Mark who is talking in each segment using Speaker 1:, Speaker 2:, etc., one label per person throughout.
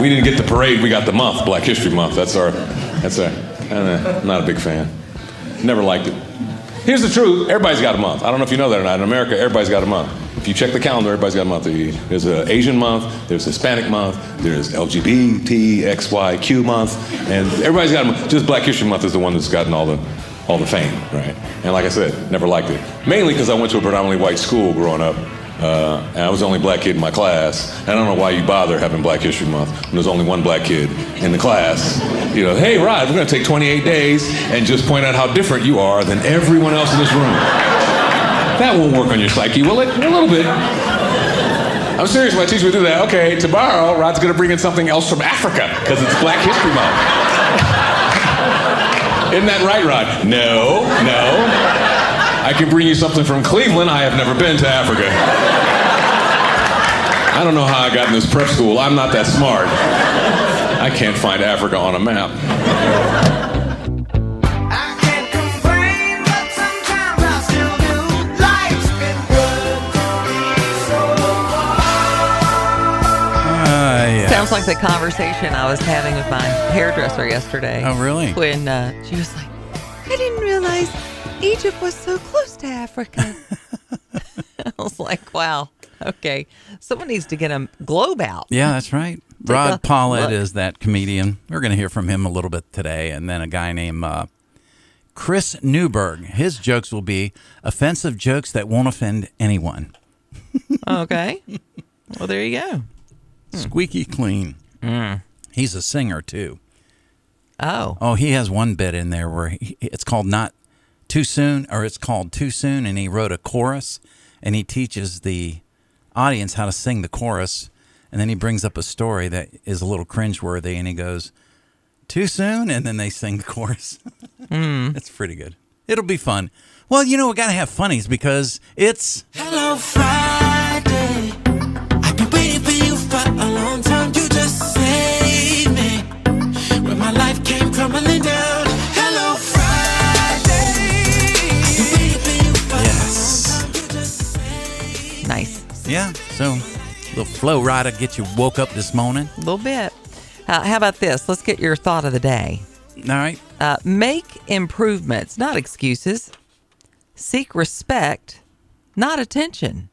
Speaker 1: we didn't get the parade. We got the month, Black History Month. That's our. That's our. I'm not a big fan. Never liked it. Here's the truth. Everybody's got a month. I don't know if you know that or not. In America, everybody's got a month. If you check the calendar, everybody's got a month. There's an Asian month. There's Hispanic month. There's LGBTXYQ month, and everybody's got a month. Just Black History Month is the one that's gotten all the all the fame, right? And like I said, never liked it. Mainly because I went to a predominantly white school growing up, uh, and I was the only black kid in my class. And I don't know why you bother having Black History Month when there's only one black kid in the class. You know, hey, Rod, we're going to take 28 days and just point out how different you are than everyone else in this room. That won't work on your psyche, will it? A little bit. I'm serious, my teacher would do that. Okay, tomorrow, Rod's going to bring in something else from Africa because it's Black History Month. Isn't that right, Rod? No, no. I can bring you something from Cleveland. I have never been to Africa. I don't know how I got in this prep school. I'm not that smart. I can't find Africa on a map.
Speaker 2: I can't complain, but sometimes I still do. Life's been good to me so
Speaker 3: Uh,
Speaker 4: Sounds like the conversation I was having with my hairdresser yesterday.
Speaker 3: Oh, really?
Speaker 4: When uh, she was like, I didn't realize Egypt was so close to Africa. I was like, wow, okay. Someone needs to get a globe out.
Speaker 3: Yeah, that's right.
Speaker 4: a
Speaker 3: Rod Pollitt
Speaker 4: look.
Speaker 3: is that comedian. We're going to hear from him a little bit today, and then a guy named uh, Chris Newberg. His jokes will be offensive jokes that won't offend anyone.
Speaker 4: Okay. well, there you go.
Speaker 3: Squeaky clean. He's a singer too.
Speaker 4: Oh,
Speaker 3: Oh, he has one bit in there where he, it's called not too soon, or it's called too soon, and he wrote a chorus, and he teaches the audience how to sing the chorus, and then he brings up a story that is a little cringeworthy, and he goes too soon, and then they sing the chorus.
Speaker 4: Hmm.
Speaker 3: It's pretty good. It'll be fun. Well, you know we gotta have funnies because it's
Speaker 5: Hello Friday. I've been waiting for you for a long time. You just saved me when my life came crumbling down. Hello Friday. I've been waiting for you for a
Speaker 3: Yes.
Speaker 5: long time. You just saved me.
Speaker 4: nice.
Speaker 3: yeah. So little flow rider get you woke up this morning.
Speaker 4: A little bit. Uh, how about this? Let's get your thought of the day.
Speaker 3: All right.
Speaker 4: Uh, make improvements, not excuses. Seek respect, not attention.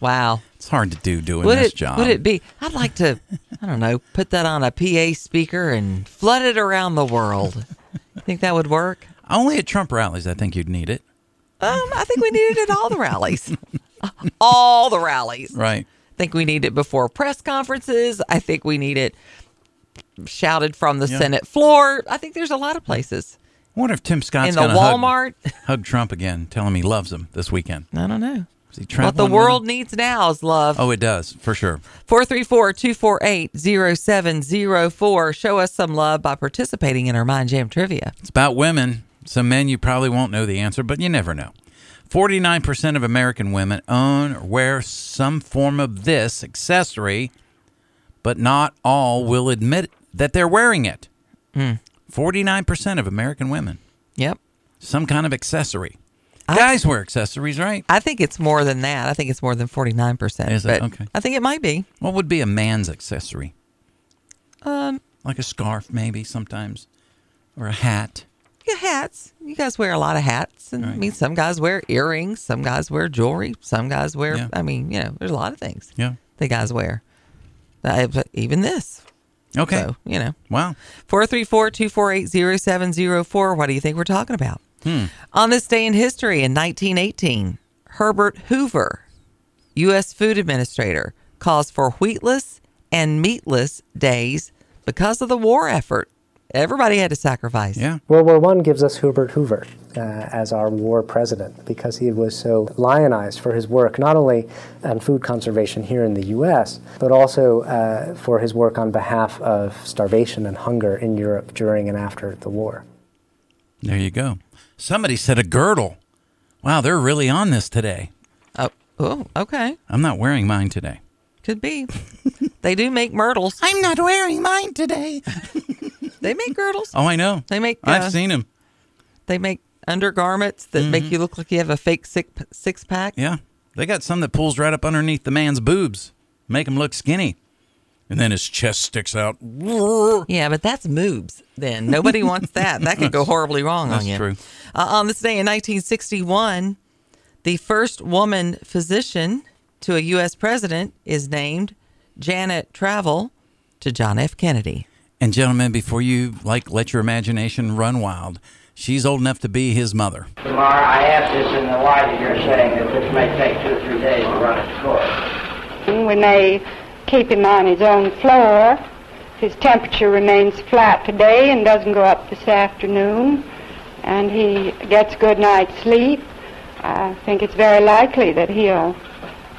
Speaker 4: wow.
Speaker 3: It's hard to do doing
Speaker 4: Would
Speaker 3: this
Speaker 4: it,
Speaker 3: job.
Speaker 4: would it be? I'd like to, I don't know, put that on a PA speaker and flood it around the world. Think that would work?
Speaker 3: Only at Trump rallies I think you'd need it.
Speaker 4: Um, I think we need it at all the rallies. all the rallies.
Speaker 3: Right.
Speaker 4: think we need it before press conferences. I think we need it shouted from the
Speaker 3: Yeah.
Speaker 4: Senate floor. I think there's a lot of places.
Speaker 3: I wonder if Tim Scott's
Speaker 4: In the
Speaker 3: going to
Speaker 4: Walmart.
Speaker 3: hug, hug Trump again, tell him he loves him this weekend.
Speaker 4: I don't know.
Speaker 3: Is he
Speaker 4: What the
Speaker 3: traveling with
Speaker 4: world
Speaker 3: him?
Speaker 4: needs now is love.
Speaker 3: Oh, it does for sure.
Speaker 4: 434 248 0704. Show us some love by participating in our Mind Jam trivia.
Speaker 3: It's about women. Some men you probably won't know the answer, but you never know. Forty-nine percent of American women own or wear some form of this accessory, but not all will admit that they're wearing it.
Speaker 4: Hmm.
Speaker 3: Forty-nine percent of American women
Speaker 4: Yep.
Speaker 3: some kind of accessory. Guys wear accessories, right?
Speaker 4: I think it's more than that. I think it's more than 49%.
Speaker 3: Is it?
Speaker 4: but
Speaker 3: Okay.
Speaker 4: I think it might be.
Speaker 3: What would be a man's accessory? Um, like a scarf, maybe sometimes, or a hat.
Speaker 4: Yeah, hats. You guys wear a lot of hats. And I mean, some guys wear earrings, some guys wear jewelry, some guys wear,
Speaker 3: Yeah.
Speaker 4: I mean, you know, there's a lot of things.
Speaker 3: Yeah.
Speaker 4: the guys wear. Uh, but even this.
Speaker 3: Okay.
Speaker 4: So, you know,
Speaker 3: Wow.
Speaker 4: 434 248 0704. What do you think we're talking about? Hmm. On this day in history in 1918, Herbert Hoover, U.S. Food Administrator, calls for wheatless and meatless days because of the war effort. Everybody had to sacrifice.
Speaker 3: Yeah.
Speaker 6: World War One gives us Hubert Hoover uh, as our war president because he was so lionized for his work not only on food conservation here in the U.S. but also uh, for his work on behalf of starvation and hunger in Europe during and after the war.
Speaker 3: There you go. Somebody said a girdle. Wow, they're really on this today.
Speaker 4: Oh, oh okay.
Speaker 3: I'm not wearing mine today.
Speaker 4: Could be. they do make myrtles.
Speaker 3: I'm not wearing mine today.
Speaker 4: They make girdles.
Speaker 3: Oh, I know.
Speaker 4: They make, uh,
Speaker 3: I've seen them.
Speaker 4: They make undergarments that
Speaker 3: Mm-hmm.
Speaker 4: make you look like you have a fake six, six pack.
Speaker 3: Yeah. They got some that pulls right up underneath the man's boobs, make him look skinny. and then his chest sticks out.
Speaker 4: Yeah, but that's moobs then. Nobody wants that. That could go horribly wrong
Speaker 3: That's
Speaker 4: on you.
Speaker 3: true.
Speaker 4: Uh, on this day in 1961, the first woman physician to a U.S. president is named Janet Travel to John F. Kennedy.
Speaker 3: And gentlemen, before you like let your imagination run wild, she's old enough to be his mother.
Speaker 7: Lamar, I asked this in the light of your saying that this may take two or three days to run its course.
Speaker 8: We may keep him on his own floor. His temperature remains flat today and doesn't go up this afternoon. And he gets good night's sleep. I think it's very likely that he'll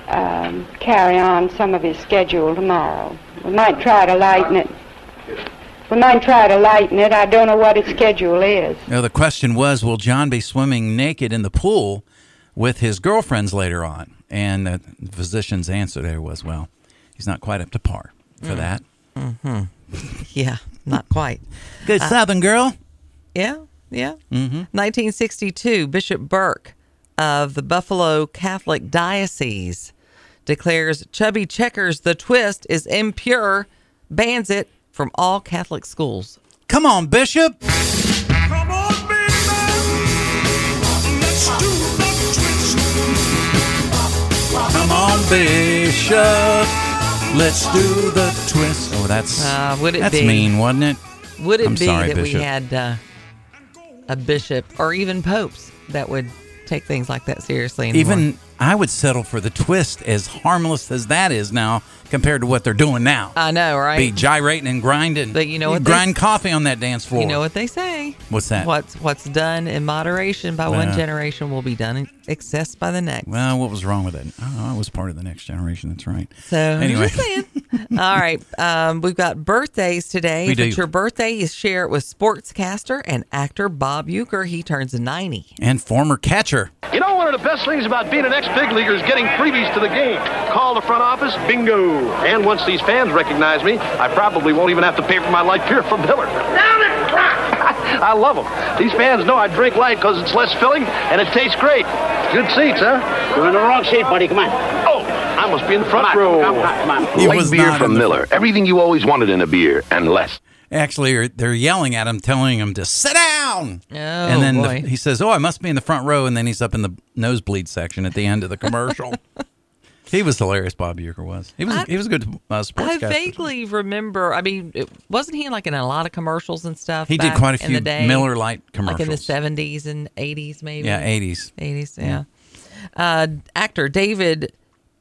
Speaker 8: um, carry on some of his schedule tomorrow. We might try to lighten it. We might try to lighten it. I don't know what his schedule is.
Speaker 3: Now, the question was, will John be swimming naked in the pool with his girlfriends later on? And the physician's answer there was, well, he's not quite up to par for
Speaker 4: Mm.
Speaker 3: that.
Speaker 4: Yeah, not quite.
Speaker 3: Good
Speaker 4: Uh,
Speaker 3: Southern girl.
Speaker 4: Yeah, yeah. Mm-hmm. 1962, Bishop Burke of the Buffalo Catholic Diocese declares Chubby Checkers the Twist is impure, bans it from all Catholic schools.
Speaker 3: Come on, Bishop.
Speaker 2: Come on, baby. Let's do the twist.
Speaker 3: Come on, Bishop. Let's do the twist. Oh, that's
Speaker 4: Uh, would it
Speaker 3: that's
Speaker 4: be-
Speaker 3: mean, wasn't it?
Speaker 4: Would it
Speaker 3: I'm
Speaker 4: be
Speaker 3: sorry,
Speaker 4: that we
Speaker 3: Bishop.
Speaker 4: had uh, a bishop or even popes that would take things like that seriously? Anymore?
Speaker 3: Even I would settle for the twist, as harmless as that is now compared to what they're doing now.
Speaker 4: I know, right?
Speaker 3: be gyrating and grinding.
Speaker 4: But you know what they-
Speaker 3: Grind coffee on that dance floor.
Speaker 4: You know what they say.
Speaker 3: What's that?
Speaker 4: What's what's done in moderation by one
Speaker 3: Well.
Speaker 4: generation will be done in excess by the next.
Speaker 3: Well, what was wrong with it? Oh, I was part of the next generation. That's right.
Speaker 4: So
Speaker 3: Anyway.
Speaker 4: I'm just saying. All right, um, we've got birthdays today.
Speaker 3: We
Speaker 4: if it's
Speaker 3: do.
Speaker 4: your birthday, you share it with sportscaster and actor Bob Euchre. He turns 90.
Speaker 3: and former catcher.
Speaker 9: You know, one of the best things about being an ex big leaguer is getting freebies to the game. Call the front office, bingo. And once these fans recognize me, I probably won't even have to pay for my light beer from Miller. Down at I love them. These fans know I drink light because it's less filling and it tastes great. Good seats, huh?
Speaker 7: You're in the wrong seat, buddy. Come on.
Speaker 9: Oh, I must be in the front
Speaker 7: Come
Speaker 9: row.
Speaker 7: on, come on, come on.
Speaker 3: He
Speaker 10: Light
Speaker 3: was
Speaker 10: beer
Speaker 3: not
Speaker 10: from
Speaker 3: in the-
Speaker 10: Miller. Everything you always wanted in a beer and less.
Speaker 3: Actually, are- they're yelling at him, telling him to sit down.
Speaker 4: Oh,
Speaker 3: and then the-
Speaker 4: boy.
Speaker 3: he says, "Oh, I must be in the front row." And then he's up in the nosebleed section at the end of the commercial. he was hilarious. Bob Uecker was. He was.
Speaker 4: I-
Speaker 3: he was a good uh, sports
Speaker 4: I vaguely remember. I mean, it, wasn't he like in a lot of commercials and stuff?
Speaker 3: He did
Speaker 4: back
Speaker 3: quite a
Speaker 4: in
Speaker 3: few
Speaker 4: the day?
Speaker 3: Miller Lite
Speaker 4: like in the
Speaker 3: commercials.
Speaker 4: seventies and eighties, maybe.
Speaker 3: yeah, eighties.
Speaker 4: eighties. Yeah. Uh, actor David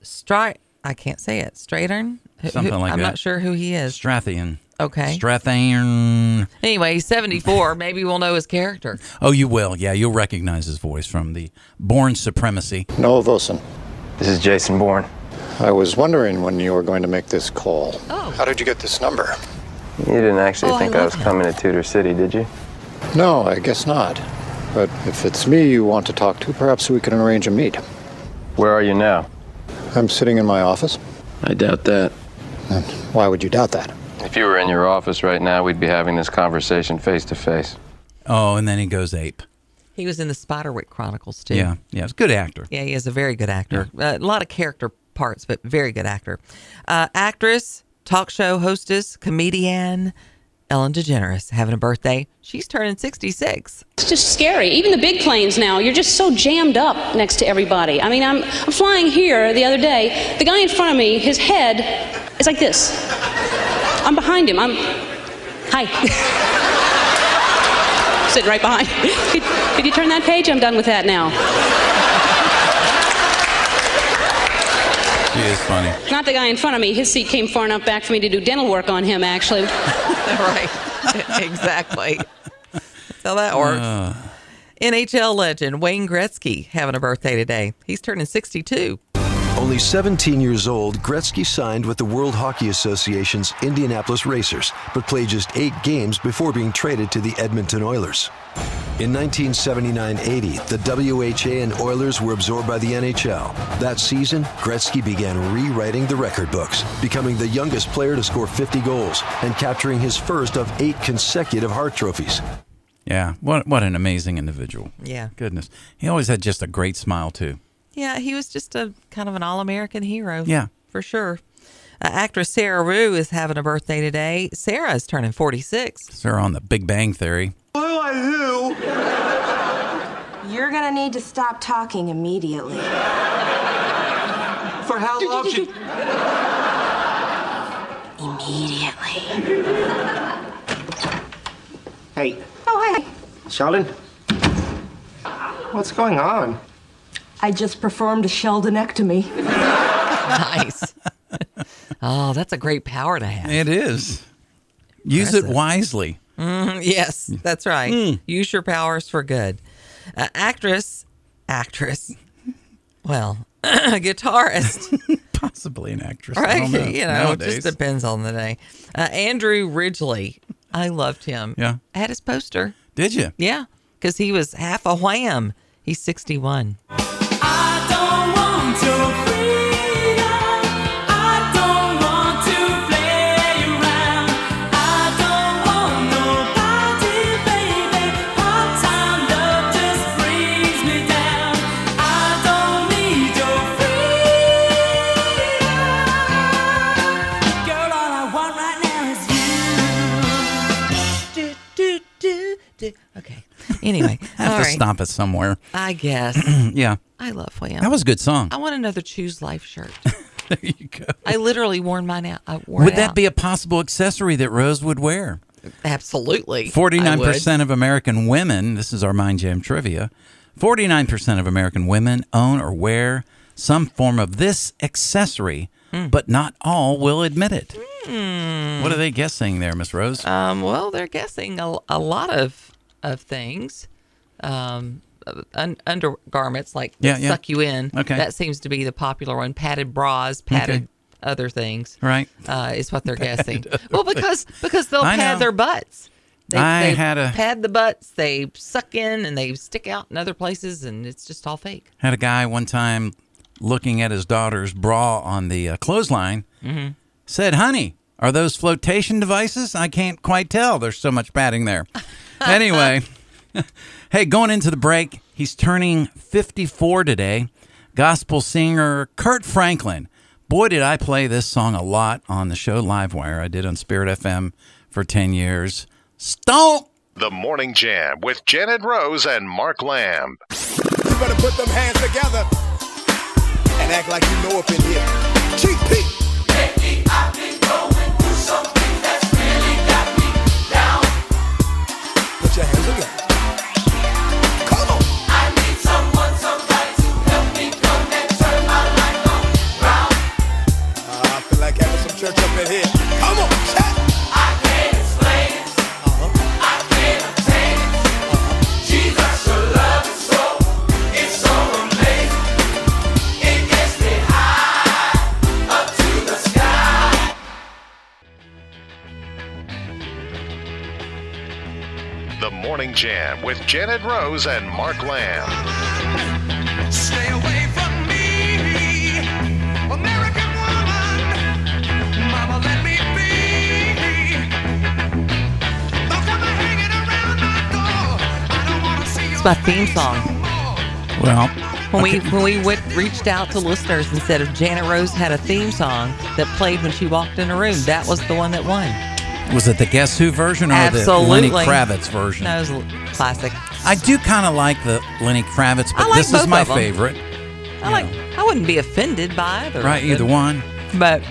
Speaker 4: Stri I can't say it. Strathern. Who- who-
Speaker 3: Something like
Speaker 4: I'm
Speaker 3: that.
Speaker 4: not sure who he is.
Speaker 3: Strathian.
Speaker 4: Okay.
Speaker 3: Strathairn.
Speaker 4: anyway, he's 74. Maybe we'll know his character.
Speaker 3: Oh, you will. Yeah, you'll recognize his voice from the Born Supremacy.
Speaker 11: Noah Vosen.
Speaker 7: This is Jason Bourne.
Speaker 11: I was wondering when you were going to make this call.
Speaker 4: Oh.
Speaker 11: How did you get this number?
Speaker 7: You didn't actually
Speaker 4: Oh, I
Speaker 7: think I,
Speaker 4: love
Speaker 7: was
Speaker 4: him.
Speaker 7: coming to Tudor City, did you?
Speaker 11: No, I guess not. But if it's me you want to talk to, perhaps we can arrange a meet.
Speaker 7: Where are you now?
Speaker 11: I'm sitting in my office.
Speaker 7: I doubt that.
Speaker 11: And why would you doubt that?
Speaker 7: If you were in your office right now, we'd be having this conversation face to face.
Speaker 3: Oh, and then he goes ape.
Speaker 4: He was in the Spiderwick Chronicles too.
Speaker 3: Yeah, yeah. It's a good actor.
Speaker 4: Yeah, he is a very good actor. Uh, a lot of character parts, but very good actor. Uh, actress, talk show hostess, comedian Ellen DeGeneres having a birthday. She's turning 66.
Speaker 8: It's just scary. Even the big planes now, you're just so jammed up next to everybody. I mean, I'm, I'm flying here the other day. The guy in front of me, his head is like this. I'm behind him. I'm. Hi. Sitting right behind. Could, could you turn that page? I'm done with that now.
Speaker 3: She is funny.
Speaker 8: Not the guy in front of me. His seat came far enough back for me to do dental work on him, actually.
Speaker 4: right. exactly. That's how that works. NHL legend Wayne Gretzky having a birthday today. He's turning 62.
Speaker 9: Only 17 years old, Gretzky signed with the World Hockey Association's Indianapolis Racers, but played just eight games before being traded to the Edmonton Oilers. In 1979 80, the WHA and Oilers were absorbed by the NHL. That season, Gretzky began rewriting the record books, becoming the youngest player to score 50 goals and capturing his first of eight consecutive Hart trophies.
Speaker 3: Yeah, what what an amazing individual.
Speaker 4: Yeah.
Speaker 3: Goodness, he always had just a great smile too.
Speaker 4: Yeah, he was just a kind of an all American hero.
Speaker 3: Yeah.
Speaker 4: For sure. Uh, actress Sarah Rue is having a birthday today. Sarah is turning 46.
Speaker 3: Sir, on the Big Bang Theory.
Speaker 12: You're gonna need to stop talking immediately.
Speaker 2: For how long should.
Speaker 12: Immediately.
Speaker 13: Hey,
Speaker 12: Oh, hey.
Speaker 13: Sheldon? What's going on?
Speaker 12: I just performed a Sheldonectomy.
Speaker 4: Nice. oh, that's a great power to have.
Speaker 3: It is. Use it
Speaker 4: Impressive.
Speaker 3: wisely.
Speaker 4: Mhm, yes, that's right. Use your powers for good. Uh, actress, actress, well, guitarist,
Speaker 3: Possibly an actress. I
Speaker 4: right?
Speaker 3: don't know.
Speaker 4: You know, it
Speaker 3: Nowadays.
Speaker 4: just depends on the day. Uh, Andrew Ridgely, I loved him.
Speaker 3: Yeah.
Speaker 4: I had his poster.
Speaker 3: Did you?
Speaker 4: Yeah, because he was half a wham. He's 61. Do, do, do, do. Okay. Anyway,
Speaker 3: I have
Speaker 4: all
Speaker 3: to
Speaker 4: right.
Speaker 3: stop it somewhere.
Speaker 4: I guess.
Speaker 3: Yeah.
Speaker 4: I love wham.
Speaker 3: That was a good song.
Speaker 4: I want another Choose Life shirt.
Speaker 3: there you go.
Speaker 4: I literally worn mine out. I wore
Speaker 3: Would
Speaker 4: it
Speaker 3: that
Speaker 4: out.
Speaker 3: be a possible accessory that Rose would wear?
Speaker 4: absolutely
Speaker 3: Forty-nine
Speaker 4: I would.
Speaker 3: percent of American women. This is our mind jam trivia. Forty-nine percent of American women own or wear some form of this accessory, but not all will admit it. What are they guessing there, Miss Rose?
Speaker 4: Um, well, they're guessing a, a lot of of things. Um, un, undergarments like
Speaker 3: Yeah,
Speaker 4: that
Speaker 3: yeah.
Speaker 4: suck you in.
Speaker 3: Okay.
Speaker 4: that seems to be the popular one. Padded bras, padded other things.
Speaker 3: Right.
Speaker 4: uh, is what they're guessing. Well, because because they'll
Speaker 3: I
Speaker 4: pad
Speaker 3: know.
Speaker 4: their butts. They,
Speaker 3: I
Speaker 4: they
Speaker 3: had a-
Speaker 4: pad the butts. They suck in and they stick out in other places, and it's just all fake.
Speaker 3: Had a guy one time looking at his daughter's bra on the uh, clothesline,
Speaker 4: Mm-hmm.
Speaker 3: said, Honey, are those flotation devices? I can't quite tell. There's so much padding there. anyway, hey, going into the break, he's turning 54 today. Gospel singer Kurt Franklin. Boy, did I play this song a lot on the show Livewire. I did on Spirit FM for 10 years. Stomp!
Speaker 14: The Morning Jam with Janet Rose and Mark Lamb.
Speaker 15: You better put them hands together and act like you know up in here. GP. Put your hands together. Come on. Ah, I feel like having some church up in here. Come on, chat.
Speaker 14: The Morning Jam with Janet Rose and Mark Lamb.
Speaker 2: Stay away from me, American woman. Mama, let me be. Don't come hanging around my door. I don't want to see
Speaker 4: It's my theme song.
Speaker 3: Well,
Speaker 4: When we when we went, reached out to listeners and said if Janet Rose had a theme song that played when she walked in a room, that was the one that won.
Speaker 3: was it the Guess Who version or
Speaker 4: Absolutely,
Speaker 3: the Lenny Kravitz version?
Speaker 4: That was a classic.
Speaker 3: I do kind of like the Lenny Kravitz, but
Speaker 4: I like
Speaker 3: this
Speaker 4: both
Speaker 3: is my
Speaker 4: of 'em.
Speaker 3: favorite.
Speaker 4: I like. I wouldn't be offended by either.
Speaker 3: Right,
Speaker 4: of them,
Speaker 3: either one
Speaker 4: But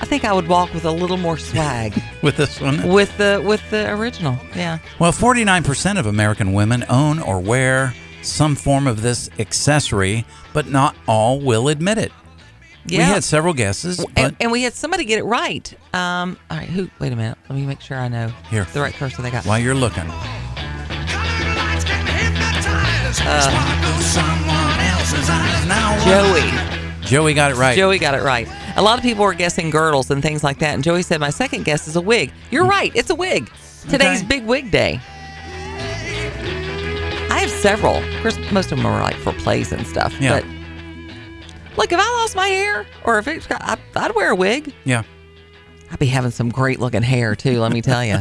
Speaker 4: I think I would walk with a little more swag
Speaker 3: with this one.
Speaker 4: with the with the original. Yeah.
Speaker 3: Well, 49% of American women own or wear some form of this accessory, but not all will admit it. We
Speaker 4: Yeah.
Speaker 3: had several guesses, but
Speaker 4: and, and we had somebody get it right. Um, all right, who? Wait a minute. Let me make sure I know
Speaker 3: Here.
Speaker 4: the right person they got.
Speaker 3: while you're looking,
Speaker 4: Uh.
Speaker 2: Sparkle someone else's eyes.
Speaker 4: Joey.
Speaker 3: Joey got it right.
Speaker 4: Joey got it right. A lot of people were guessing girdles and things like that, and Joey said my second guess is a wig. You're right. It's a wig. Today's
Speaker 3: Hmm. Okay.
Speaker 4: big wig day. I have several. Of course, most of them are like for plays and stuff.
Speaker 3: Yeah.
Speaker 4: But look, if I lost my hair, or if it's got, I, I'd wear a wig.
Speaker 3: Yeah.
Speaker 4: I'd be having some great looking hair too, let me tell you.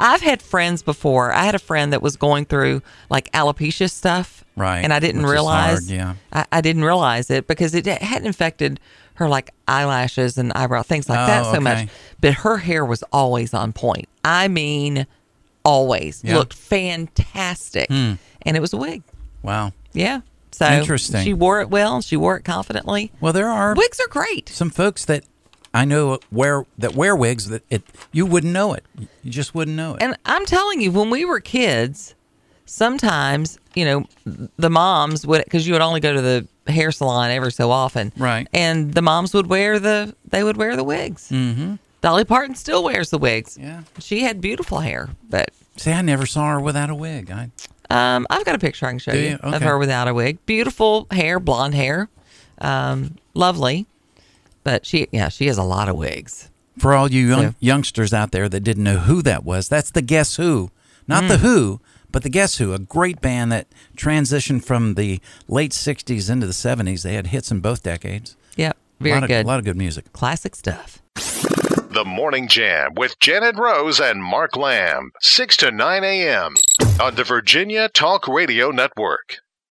Speaker 4: I've had friends before. I had a friend that was going through like alopecia stuff
Speaker 3: Right,
Speaker 4: And I didn't
Speaker 3: which is
Speaker 4: realize.
Speaker 3: hard, yeah.
Speaker 4: I, I didn't realize it because it hadn't affected her like eyelashes and eyebrow things like that
Speaker 3: Oh,
Speaker 4: so much.
Speaker 3: okay.
Speaker 4: But her hair was always on point. I mean, always
Speaker 3: Yeah.
Speaker 4: looked fantastic,
Speaker 3: Hmm.
Speaker 4: and it was a wig.
Speaker 3: Wow.
Speaker 4: Yeah. So
Speaker 3: Interesting.
Speaker 4: She wore it well. She wore it confidently.
Speaker 3: Well, there are
Speaker 4: wigs are great.
Speaker 3: Some folks that I know wear that wear wigs that it you wouldn't know it. You just wouldn't know it.
Speaker 4: And I'm telling you, when we were kids, sometimes you know the moms would because you would only go to the hair salon every so often, right? And the moms would wear the they would wear the wigs.
Speaker 3: Mm-hmm.
Speaker 4: Dolly Parton still wears the wigs. Yeah, she had beautiful hair, but
Speaker 3: See, I never saw her without a wig. I
Speaker 4: um, I've got a picture I can show
Speaker 3: Do
Speaker 4: you,
Speaker 3: you?
Speaker 4: of
Speaker 3: Okay.
Speaker 4: her without a wig. Beautiful hair, blonde hair, um, lovely. But she, yeah, she has a lot of wigs.
Speaker 3: for all you young, youngsters out there that didn't know who that was, that's the Guess Who, not
Speaker 4: Mm.
Speaker 3: the Who, but the Guess Who, a great band that transitioned from the late '60s into the '70s. They had hits in both decades.
Speaker 4: Yep,
Speaker 3: a
Speaker 4: very
Speaker 3: lot of,
Speaker 4: good.
Speaker 3: A lot of good music,
Speaker 4: classic stuff.
Speaker 14: The Morning Jam with Janet Rose and Mark Lamb, 6 to 9 a.m. on the Virginia Talk Radio Network.